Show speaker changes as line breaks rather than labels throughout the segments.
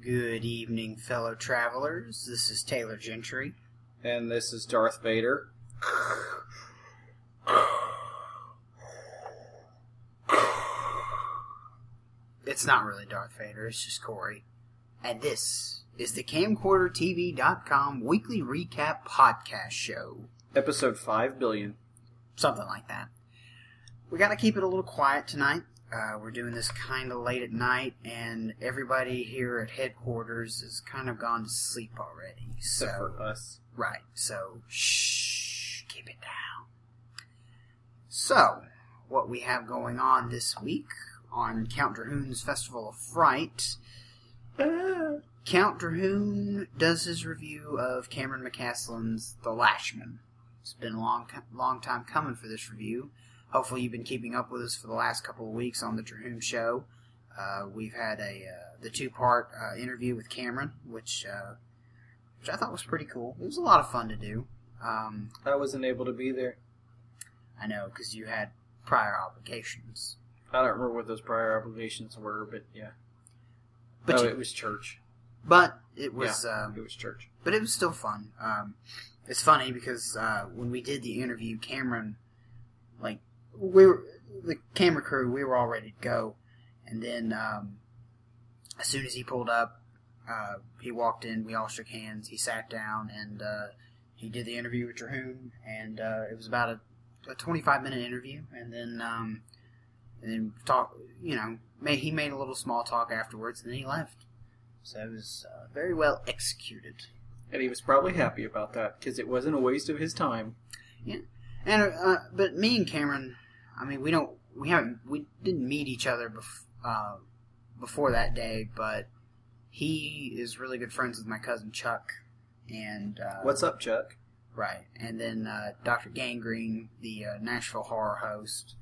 Good evening, fellow travelers. This is Taylor Gentry.
And this is Darth Vader.
It's not really Darth Vader, it's just Corey. And this is the CamcorderTV.com weekly recap podcast show.
Episode 5 billion.
Something like that. We gotta keep it a little quiet tonight. Uh, we're doing this kind of late at night, and everybody here at headquarters has kind of gone to sleep already. So,
Except for us.
Right. So, shh, keep it down. So, what we have going on this week on Count Drahoon's Festival of Fright, Count Drahoon does his review of Cameron McCaslin's The Lashman. It's been a long, long time coming for this review. Hopefully, you've been keeping up with us for the last couple of weeks on the Drahoon Show. Uh, we've had a uh, the two part uh, interview with Cameron, which uh, which I thought was pretty cool. It was a lot of fun to do. Um,
I wasn't able to be there.
I know because you had prior obligations,
I don't remember what those prior obligations were, but yeah.
but
oh,
you,
it was church.
but it was um,
It was church.
but it was still fun. Um, it's funny because uh, when we did the interview, Cameron, like we were the camera crew, we were all ready to go, and then um, as soon as he pulled up, uh, he walked in. We all shook hands. He sat down and uh, he did the interview with Drahoon, and uh, it was about a, a twenty-five minute interview, and then um, and then talk. You know, made, he made a little small talk afterwards, and then he left. So it was uh, very well executed.
And he was probably happy about that because it wasn't a waste of his time.
And uh, but me and Cameron, I mean, we don't, we haven't, we didn't meet each other bef- uh, before that day, but he is really good friends with my cousin Chuck, and uh,
What's up, Chuck?
right, and then uh, Dr. Gangrene, the uh, Nashville horror host,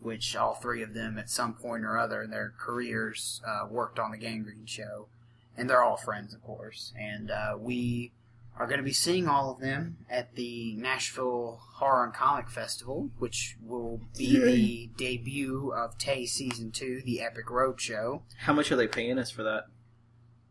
which all three of them at some point or other in their careers uh, worked on the Gangrene show, and they're all friends, of course, and uh, we are going to be seeing all of them at the Nashville Horror and Comic Festival, which will be the debut of Tay Season 2, the Epic Road Show.
How much are they paying us for that?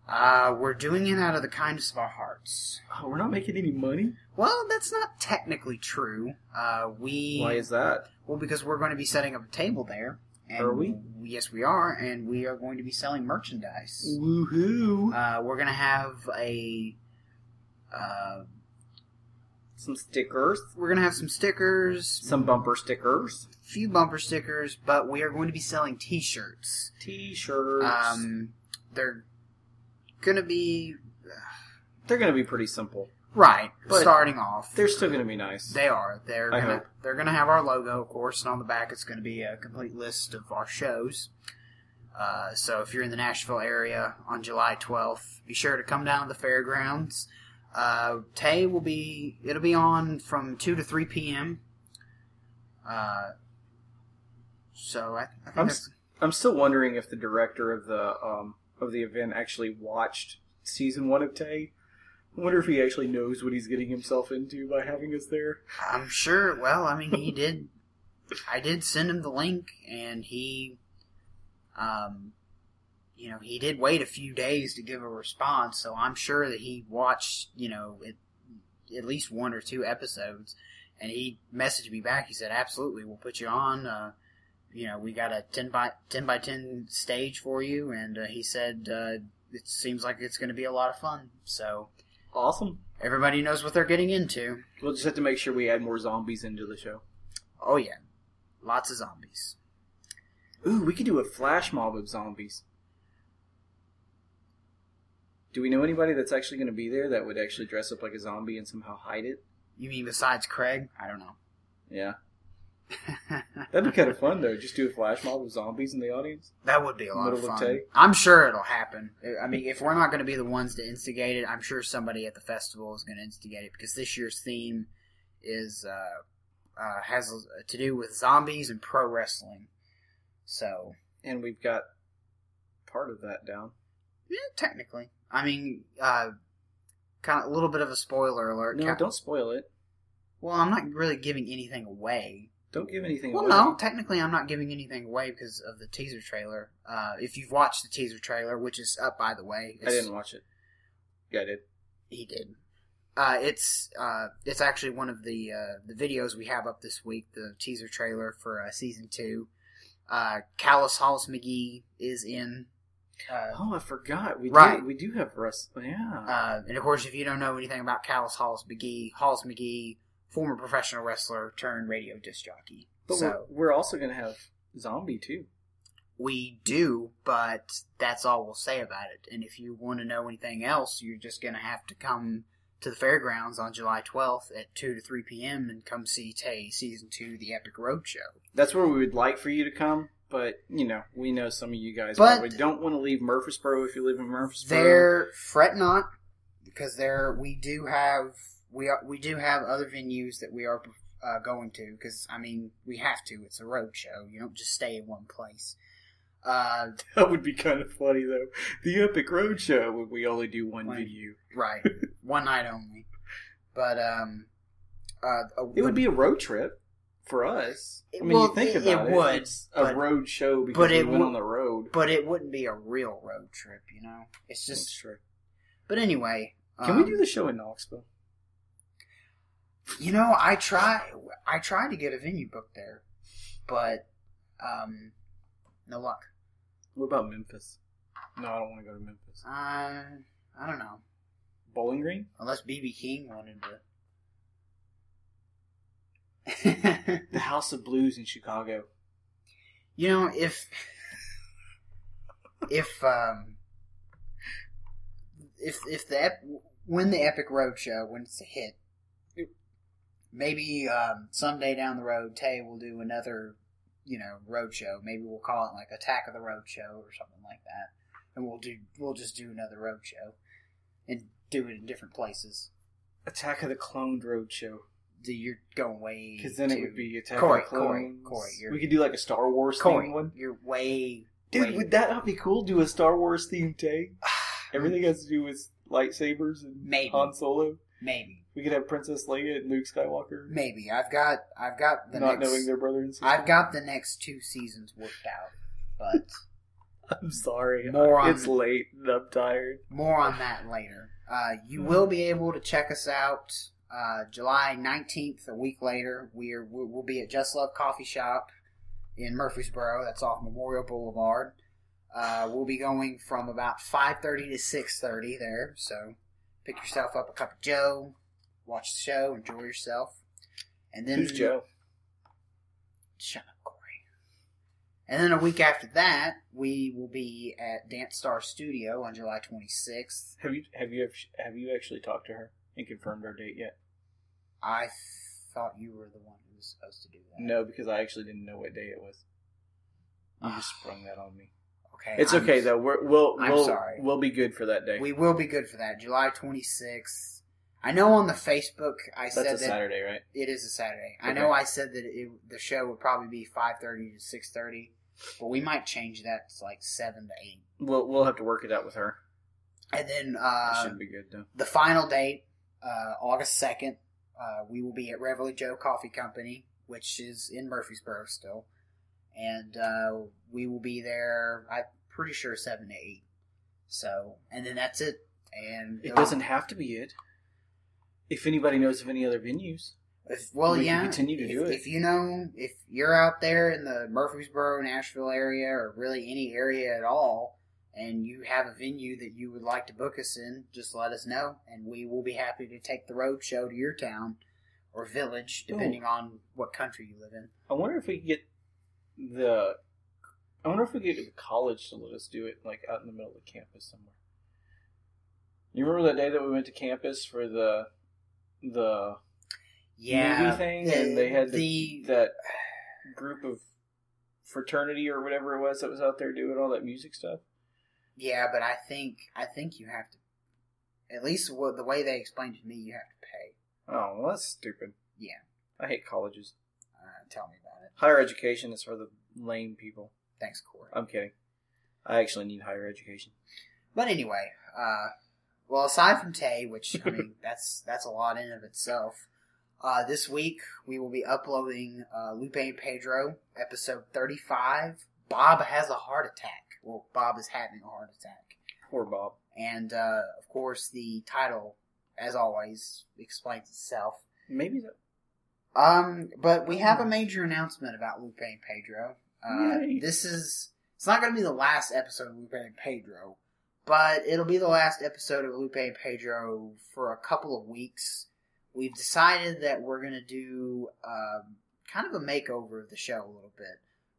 Uh, we're doing it out of the kindness of our hearts.
Oh, we're not making any money.
Well, that's not technically true. Uh, we
Why is that?
Well, because we're going to be setting up a table there. And
Are we?
Yes, we are, and we are going to be selling merchandise.
Woohoo!
Uh, we're going to have a. Uh,
Some stickers,
we're going to have some stickers,
some bumper stickers,
few bumper stickers, but we are going to be selling T-shirts.
t-shirts.
Um, they're going to be
they're going to be pretty simple.
right
But-
starting off.
They're still going to be nice.
They are. They're
I
gonna
hope.
they're gonna have our logo, of course, and on the back it's gonna be a complete list of our shows. Uh, so if you're in the Nashville area on July 12th, be sure to come down to the fairgrounds. Uh, Tay will be it'll be on from two to three p.m. Uh, so I, I think
I'm
that's,
I'm still wondering if the director of the um, of the event actually watched season one of Tay. I wonder if he actually knows what he's getting himself into by having us there.
I'm sure. Well, I mean, he did. I did send him the link, and he, um, you know, he did wait a few days to give a response. So I'm sure that he watched, you know, it, at least one or two episodes, and he messaged me back. He said, "Absolutely, we'll put you on." Uh, you know, we got a ten by ten by ten stage for you, and uh, he said uh, it seems like it's going to be a lot of fun. So
Awesome.
everybody knows what they're getting into.
We'll just have to make sure we add more zombies into the show.
Oh yeah, lots of zombies.
Ooh, we could do a flash mob of zombies. Do we know anybody that's actually going to be there that would actually dress up like a zombie and somehow hide it?
You mean besides Craig? I don't know.
Yeah. That'd be kind of fun though. Just do a flash mob of zombies in the audience.
That would be a lot
Middle
of
of
fun.
take.
I'm sure it'll happen. I mean, if we're not going to be the ones to instigate it, I'm sure somebody at the festival is going to instigate it because this year's theme is uh, uh, has to do with zombies and pro wrestling. So
And we've got part of that down.
yeah, technically, I mean, uh, kind of a little bit of a spoiler alert.
No,
Ca-
don't spoil it.
Well, I'm not really giving anything away.
Don't give anything
Well,
away.
no, technically I'm not giving anything away because of the teaser trailer. Uh, if you've watched the teaser trailer, which is up by the way,
I
it's-
didn't watch it. Yeah, I did.
He did. Uh, it's uh, it's actually one of the uh, the videos we have up this week, the teaser trailer for uh, season two. Uh, Callus Hollis McGee is in, uh,
Oh, I forgot. We
Right.
do. We do have Russ. Yeah.
uh, and of course, if you don't know anything about Callus Hollis McGee, Hollis McGee, former professional wrestler turned radio disc jockey.
but
so
we're, we're also gonna have Zombie too.
we do, but that's all we'll say about it. And if you want to know anything else, you're just going to have to come to the fairgrounds on July 12th at 2 to 3 p.m. and come see Tay Season 2 The Epic Road Show.
That's where we would like for you to come, but you know we know some of you guys
But-
probably don't want to leave Murfreesboro if you live in Murfreesboro.
There, fret not, because there we do have we are, we do have other venues that we are uh, going to. Because I mean, we have to. It's a road show. You don't just stay in one place. Uh,
That would be kind of funny though. The Epic Road Show would we only do one
Right.
venue?
right, one night only. But um, uh,
It would be a road trip for us. I mean,
Well,
you think
it-
about
it
it.
would,
It's a
but-
road show because
but
we
it
went
would-
on the road.
But it wouldn't be a real road trip, you know. It's just.
true.
But anyway,
Can we
um,
do the show in Knoxville?
You know, I try. I try to get a venue booked there, but um, no luck.
What about Memphis? No, I don't want to go to Memphis.
Uh, I don't know.
Bowling Green?
Unless BB King wanted to.
The House of Blues in Chicago.
you know, if if um if if the ep- when the epic road show when it's a hit, maybe um, someday down the road Tay will do another you know road show. Maybe we'll call it like Attack of the Road Show or something like that, and we'll do we'll just do another road show and do it in different places.
Attack of the Cloned Road Show.
Do you're going way
Because then it
too-
would be Attack
Corey,
of the Clones.
Corey, Corey, you're-
we could do like a Star Wars
Corey,
themed one.
You're way
Dude,
way-
would that not be cool? Do a Star Wars themed day? Everything has to do with lightsabers and
Maybe.
Han Solo.
maybe
We could have Princess Leia and Luke Skywalker
maybe I've got I've got the
not
next
knowing their brother and sister.
I've got the next two seasons worked out, but
I'm sorry.
More on-
It's late and I'm tired.
more on that later. Uh, you
Hmm.
will be able to check us out uh, July 19th, a week later. We're, we- we'll be at Just Love Coffee Shop in Murfreesboro. That's off Memorial Boulevard. Uh, we'll be going from about 5.30 to 6.30 there, so pick yourself up a cup of joe, watch the show, enjoy yourself. And then
Who's Joe?
Shut up, Corey. And then a week after that, we will be at Dance Star Studio on July 26th.
Have you have you have you actually talked to her and confirmed our date yet?
I thought you were the one who was supposed to do that.
No, because I actually didn't know what day it was. You just sprung that on me.
Okay.
It's
I'm-
okay though. We're, we'll
I'm
we'll
sorry.
we'll be good for that day.
We will be good for that. July 26th. I know on the Facebook I
That's
said
a
that
Saturday, right?
it is a Saturday. I
Okay.
know I said that it, the show would probably be 5:30 to 6:30, but we might change that to like 7 to 8.
We'll we'll have to work it out with her.
And then
That
uh,
should be good though.
the final date, uh, August 2nd, uh, we will be at Reveille Joe Coffee Company, which is in Murfreesboro still. And uh, we will be there, I'm pretty sure, 7 to 8. So, and then that's it. And
It doesn't have to be it. If anybody knows of any other venues,
If, well,
We can
yeah.
continue to
if,
do it.
If you know, if you're out there in the Murfreesboro, Nashville area, or really any area at all, and you have a venue that you would like to book us in, just let us know, and we will be happy to take the road show to your town or village, depending on what country you live in.
I wonder if we could get the. I wonder if we could get the college to let us do it, like out in the middle of campus somewhere. You remember that day that we went to campus for the the
Yeah,
movie thing, and they had the,
the,
that group of fraternity or whatever it was that was out there doing all that music stuff.
yeah, but I think I think you have to, at least what, the way they explained it to me, you have to pay.
Oh, well, that's stupid.
Yeah.
I hate colleges.
Uh, tell me about it.
Higher education is for the lame people.
Thanks, Corey.
I'm kidding. I actually need higher education.
But anyway, uh, well, aside from Tay, which I mean, that's that's a lot in of itself. Uh, this week we will be uploading uh, Lupe and Pedro episode thirty-five. Bob has a heart attack. Well, Bob is having a heart attack,
Poor Bob.
and uh, of course the title, as always, explains itself.
Maybe that.
Um, but we have a major announcement about Lupe and Pedro. Uh,
Yay.
this is it's not going to be the last episode of Lupe and Pedro, but it'll be the last episode of Lupe and Pedro for a couple of weeks. We've decided that we're going to do um, kind of a makeover of the show a little bit.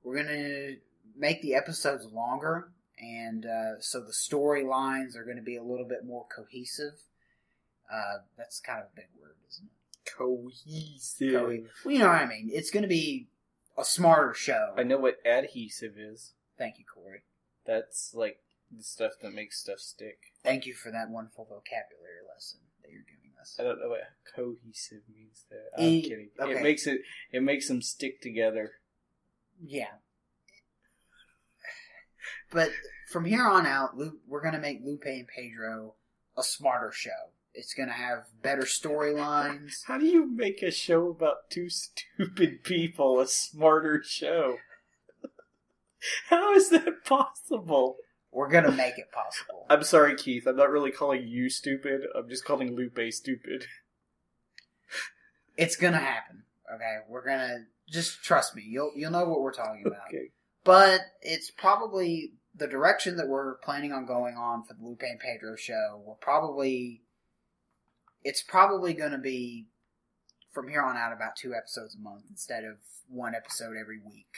We're going to make the episodes longer, and uh, so the storylines are going to be a little bit more cohesive. Uh, that's kind of a big word, isn't it?
Cohesive.
Cohe- Well, you know what I mean. It's going to be a smarter show.
I know what adhesive is.
Thank you, Corey.
That's like the stuff that makes stuff stick.
Thank you for that wonderful vocabulary lesson that you're giving us.
I don't know what cohesive means. There, I'm
E-
kidding.
okay.
It makes it it makes them stick together.
Yeah. But from here on out, Lu- we're going to make Lupe and Pedro a smarter show. It's going to have better storylines.
How do you make a show about two stupid people a smarter show? How is that possible?
We're going to make it possible.
I'm sorry, Keith. I'm not really calling you stupid. I'm just calling Lupe stupid.
It's going to happen. Okay, we're going to just trust me. You'll you'll know what we're talking about.
Okay.
but it's probably the direction that we're planning on going on for the Lupe and Pedro show. We're probably it's probably going to be from here on out about two episodes a month instead of one episode every week.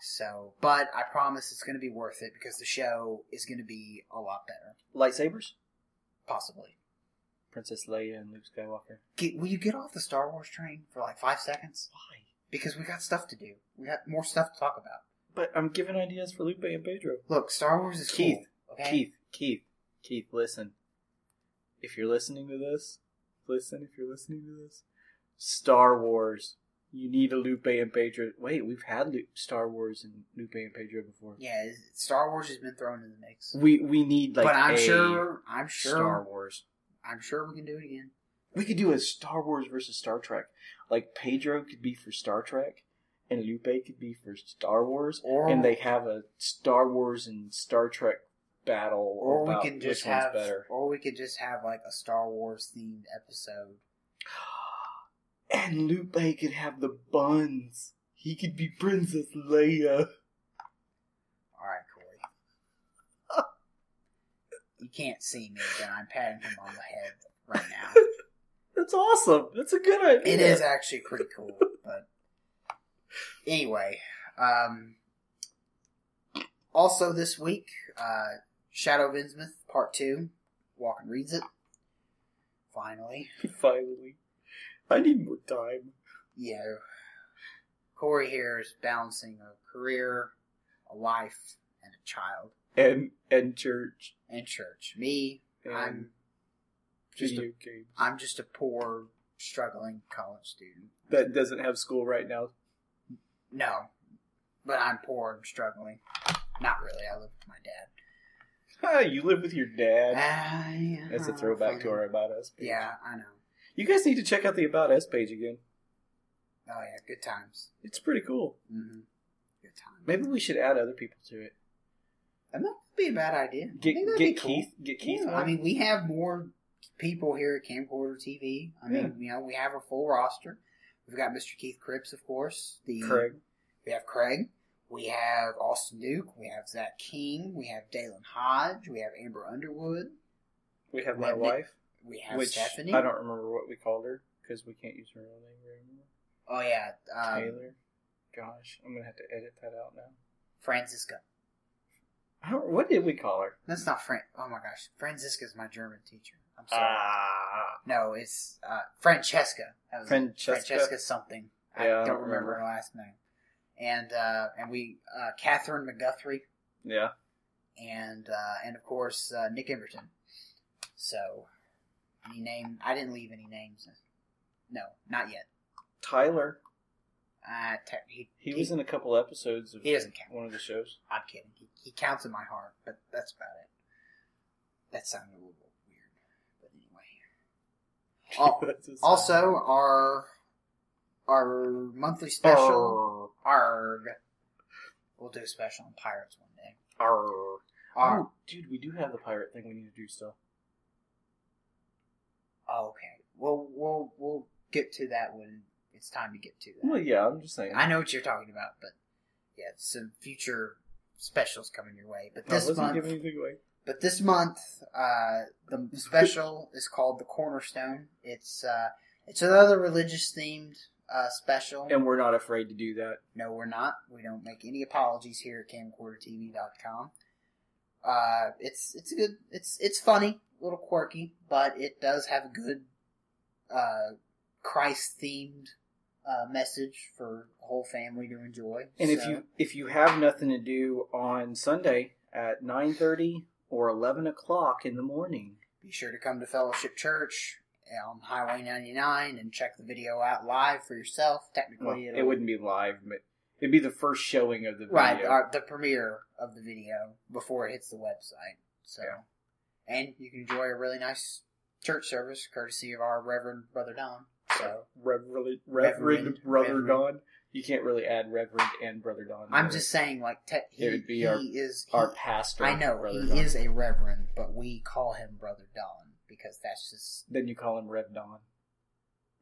So, but I promise it's going to be worth it because the show is going to be a lot better,
Lightsabers.
possibly.
Princess Leia and Luke Skywalker.
Get, will you get off the Star Wars train for like five seconds?
Why?
Because we got stuff to do. We got more stuff to talk about.
But I'm giving ideas for Lupe and Pedro.
Look, Star Wars is
Keith,
cool. Okay?
Keith, Keith, Keith, listen. If you're listening to this, listen. If you're listening to this, Star Wars. You need a Lupe and Pedro. Wait, we've had Lu- Star Wars and Lupe and Pedro before.
Yeah, is- Star Wars has been thrown in the mix.
We we need like
but I'm
a
sure, I'm sure,
Star Wars.
I'm sure we can do it again.
We could do a Star Wars versus Star Trek. Like Pedro could be for Star Trek, and Lupe could be for Star Wars,
Or
and they have a Star Wars and Star Trek battle.
or we
about
can just
which one's
have,
better.
or we could just have like a Star Wars themed episode.
And Lupe could have the buns. He could be Princess Leia.
All right, Corey. you can't see me, but I'm patting him on the head right now.
That's awesome. That's a good idea.
It is actually pretty cool, but anyway. Um, also this week, uh, Shadow of Innsmouth Part Two. Walken reads it. Finally,
Finally. I need more time.
you know, Corey here is balancing a career, a life, and a child
And and church.
and church. Me,
And
I'm just
video
a,
games.
I'm just a poor, struggling college student.
That doesn't have school right now.
No, but I'm poor and struggling. Not really. I live with my dad.
Ah, you live with your dad.
Ah, yeah.
That's a throwback to our About Us page.
Yeah, I know.
You guys need to check out the About Us page again.
Oh yeah, good times.
It's pretty cool.
hmm Good times.
Maybe we should add other people to it.
That might be a bad idea. I
Get
think that'd be
get
cool.
Keith get Keith
Yeah,
on.
I mean, we have more people here at Camcorder TV. I mean, you know, we have a full roster. We've got Mr. Keith Cripps, of course. The
Craig.
We have Craig. We have Austin Duke. We have Zach King. We have Dalen Hodge. We have Amber Underwood.
We have
We
my
have Nick-
wife.
We have
which
Stephanie.
I don't remember what we called her because we can't use her real name anymore.
Oh yeah, um,
Taylor. Gosh, I'm gonna have to edit that out now.
Francisco.
I don't, what did we call her?
That's not Fran. Oh my gosh, Francisca's my German teacher. I'm sorry.
Ah,
no, it's uh, Francesca. That was it.
Francesca.
Francesca something. I
Yeah,
don't, remember her last name. And uh, and we uh, Catherine McGuthrie
Yeah,
and uh, and of course uh, Nick Emberton. So any name I didn't leave any names. No, not yet.
Tyler.
Uh, te- he,
He was in a couple episodes of
He doesn't count.
one of the shows.
I'm kidding. He, he counts in my heart, but that's about it. That sounded a little weird, but anyway. Al-
That's just-
Oh, Also, our our monthly special. Arg. We'll do a special on pirates one day.
Arr.
Arg.
Oh, dude, we do have the pirate thing we need to do still.
Oh, okay. We'll we'll we'll get to that when it's time to get to that.
Well, yeah, I'm just saying.
I know what you're talking about, but yeah, some future specials coming your way. But
I
this
wasn't
month,
giving anything away.
but this month, uh, the special is called the Cornerstone. It's uh, it's another religious themed uh, special.
And we're not afraid to do that.
No, we're not. We don't make any apologies here at camcordertv.com. Uh, it's it's a good. It's it's funny, a little quirky, but it does have a good uh, Christ themed uh, message for the whole family to enjoy.
And if
So,
you if you have nothing to do on Sunday at nine thirty or eleven o'clock in the morning,
be sure to come to Fellowship Church on Highway 99 and check the video out live for yourself. Technically,
well,
it'll-
it wouldn't be live, but it'd be the first showing of the video.
uh, Right, our, the premiere of the video before it hits the website. So, and you can enjoy a really nice church service courtesy of our Reverend Brother Don. So,
Reverend, Reverend
Reverend,
Brother
Reverend.
Don. You can't really add Reverend and Brother Don.
I'm
there.
just saying, like, te- he,
It would be
he
our-
is. He,
our pastor.
I know
Brother
he
Don.
is a Reverend, but we call him Brother Don because that's just.
Then you call him Rev Don.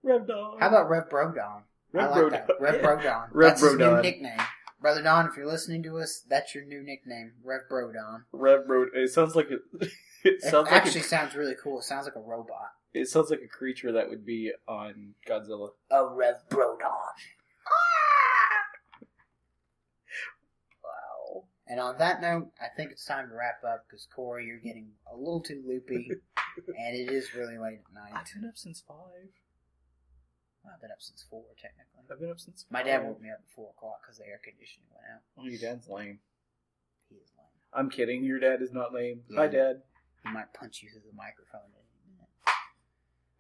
Rev Don.
How about Rev Bro Don?
Rev
I like
Bro
that.
Don.
Rev Bro Don.
Rev
that's
Bro
his
Don.
new nickname. Brother Don, if you're listening to us, that's your new nickname, Rev Bro Don.
Rev Bro. It sounds like a, it
It
sounds like
actually
a,
sounds really cool. It sounds like a robot.
it sounds like a creature that would be on Godzilla.
a Rev Brodon. wow. And on that note, I think it's time to wrap up because Corey, you're getting a little too loopy, and it is really late at night.
I've been up since five.
I've been up since four, technically.
I've been up since.
My
five.
dad woke me up at four o'clock because the air conditioning went out.
Oh, your dad's lame.
He is lame.
I'm kidding. Your dad is not lame.
Yeah.
Hi, Dad.
He might punch you through the microphone in a minute.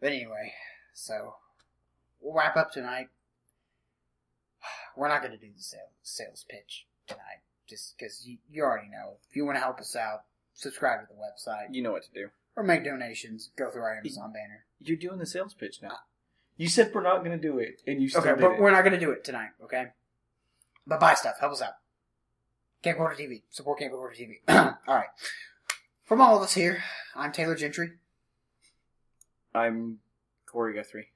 But anyway, so we'll wrap up tonight. We're not going to do the sales, sales pitch tonight, just because you, you already know. If you want to help us out, subscribe to the website
You know what to do.
or make donations. Go through our Amazon banner.
You're doing the sales pitch now. You said we're not going to do it, and you still
Okay,
did
but
it.
we're not going to do it tonight. Okay, but buy stuff. Help us out. Camcorder TV. Support Camcorder TV. all right. From all of us here, I'm Taylor Gentry.
I'm Corey Guthrie.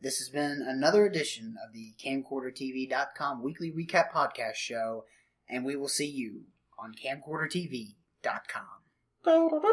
This has been another edition of the CamcorderTV.com weekly recap podcast show, and we will see you on CamcorderTV.com.